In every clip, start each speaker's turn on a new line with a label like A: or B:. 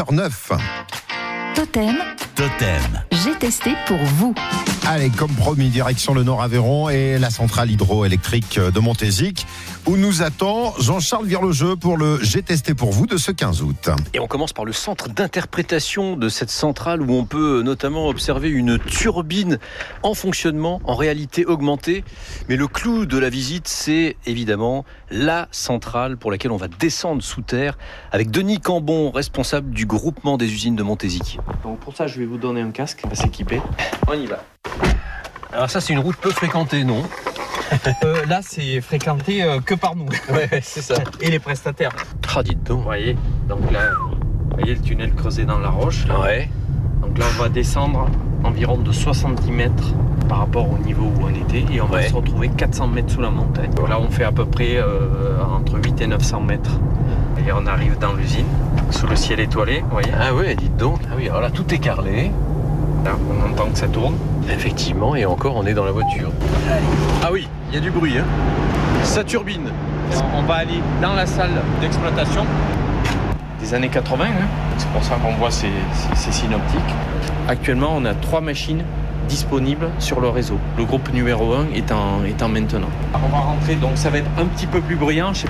A: 8h09.
B: Totem,
C: Totem.
B: j'ai testé pour vous.
A: Allez, comme promis, direction le Nord Aveyron et la centrale hydroélectrique de Montézic, où nous attend Jean-Charles Virlogeux pour le J'ai testé pour vous de ce 15 août.
D: Et on commence par le centre d'interprétation de cette centrale où on peut notamment observer une turbine en fonctionnement, en réalité augmentée. Mais le clou de la visite, c'est évidemment la centrale pour laquelle on va descendre sous terre avec Denis Cambon, responsable du groupement des usines de Montézic.
E: Donc pour ça, je vais vous donner un casque, on va s'équiper. On y va.
D: Alors ça, c'est une route peu fréquentée, non
E: Euh, là, c'est fréquenté euh, que par nous.
F: Ouais, c'est ça.
E: Et les prestataires.
D: Ah, dites
F: Vous
D: donc.
F: voyez, donc là, vous voyez le tunnel creusé dans la roche. là.
D: Ouais.
F: Donc là, on va descendre environ de 70 mètres par rapport au niveau où on était et on va
D: Ouais.
F: se retrouver 400 mètres sous la montagne. Donc là, on fait à peu près euh, entre 8 et 900 mètres. Et on arrive dans l'usine, sous le ciel étoilé, vous voyez.
D: Ah ouais, dites donc. Ah oui, alors là, tout est carrelé.
F: Là, on entend que ça tourne.
D: Effectivement, et encore, on est dans la voiture. Ah oui, il y a du bruit. Hein. Sa turbine.
F: Et on- On va aller dans la salle d'exploitation des années 80. hein. C'est pour ça qu'on voit ces, ces- ces synoptiques. Actuellement, on a trois machines disponibles sur le réseau. Le groupe numéro 1 est en, est en maintenant. Ah, On va rentrer, donc ça va être un petit peu plus bruyant. je sais-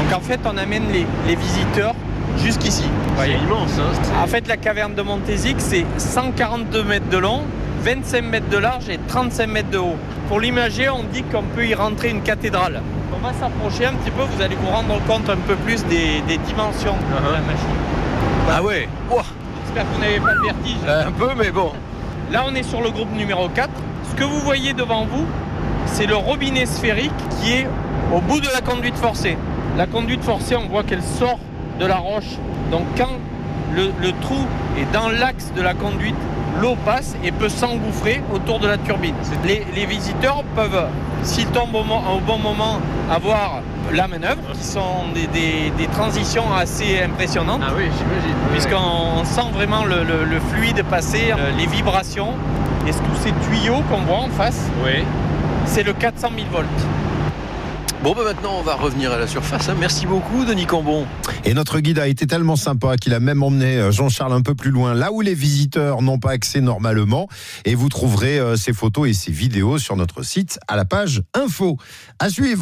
E: Donc en fait, on amène les, les visiteurs jusqu'ici. Voyez.
D: immense. Hein, c'est-
E: En fait, la caverne de Montézic, c'est 142 mètres de long, 25 mètres de large et 35 mètres de haut. Pour l'imager, on dit qu'on peut y rentrer une cathédrale. On va s'approcher un petit peu, vous allez vous rendre compte un peu plus des, des dimensions de la machine.
D: Ah ouais. Ouah.
E: J'espère que vous n'avez pas le vertige.
D: Euh, Un peu, mais bon.
E: Là, on est sur le groupe numéro 4. Ce que vous voyez devant vous, c'est le robinet sphérique qui est au bout de la conduite forcée. La conduite forcée, on voit qu'elle sort de la roche. Donc quand le, le trou est dans l'axe de la conduite, l'eau passe et peut s'engouffrer autour de la turbine. Les, les visiteurs peuvent, s'ils tombent au, mo- au bon moment, avoir la manœuvre, qui sont des, des- des transitions assez impressionnantes
F: Ah oui, j'imagine.
E: puisqu'on sent vraiment le, le- le fluide passer, euh, les vibrations. Et ce- tous ces tuyaux qu'on voit en face,
F: Oui.
E: c'est le 400 000 volts.
D: Bon, bah maintenant, on va revenir à la surface. hein. Merci beaucoup, Denis Cambon.
A: Et notre guide a été tellement sympa qu'il a même emmené euh, Jean-Charles un peu plus loin, là où les visiteurs n'ont pas accès normalement. Et vous trouverez euh, ces photos et ces vidéos sur notre site à la page info. À suivre.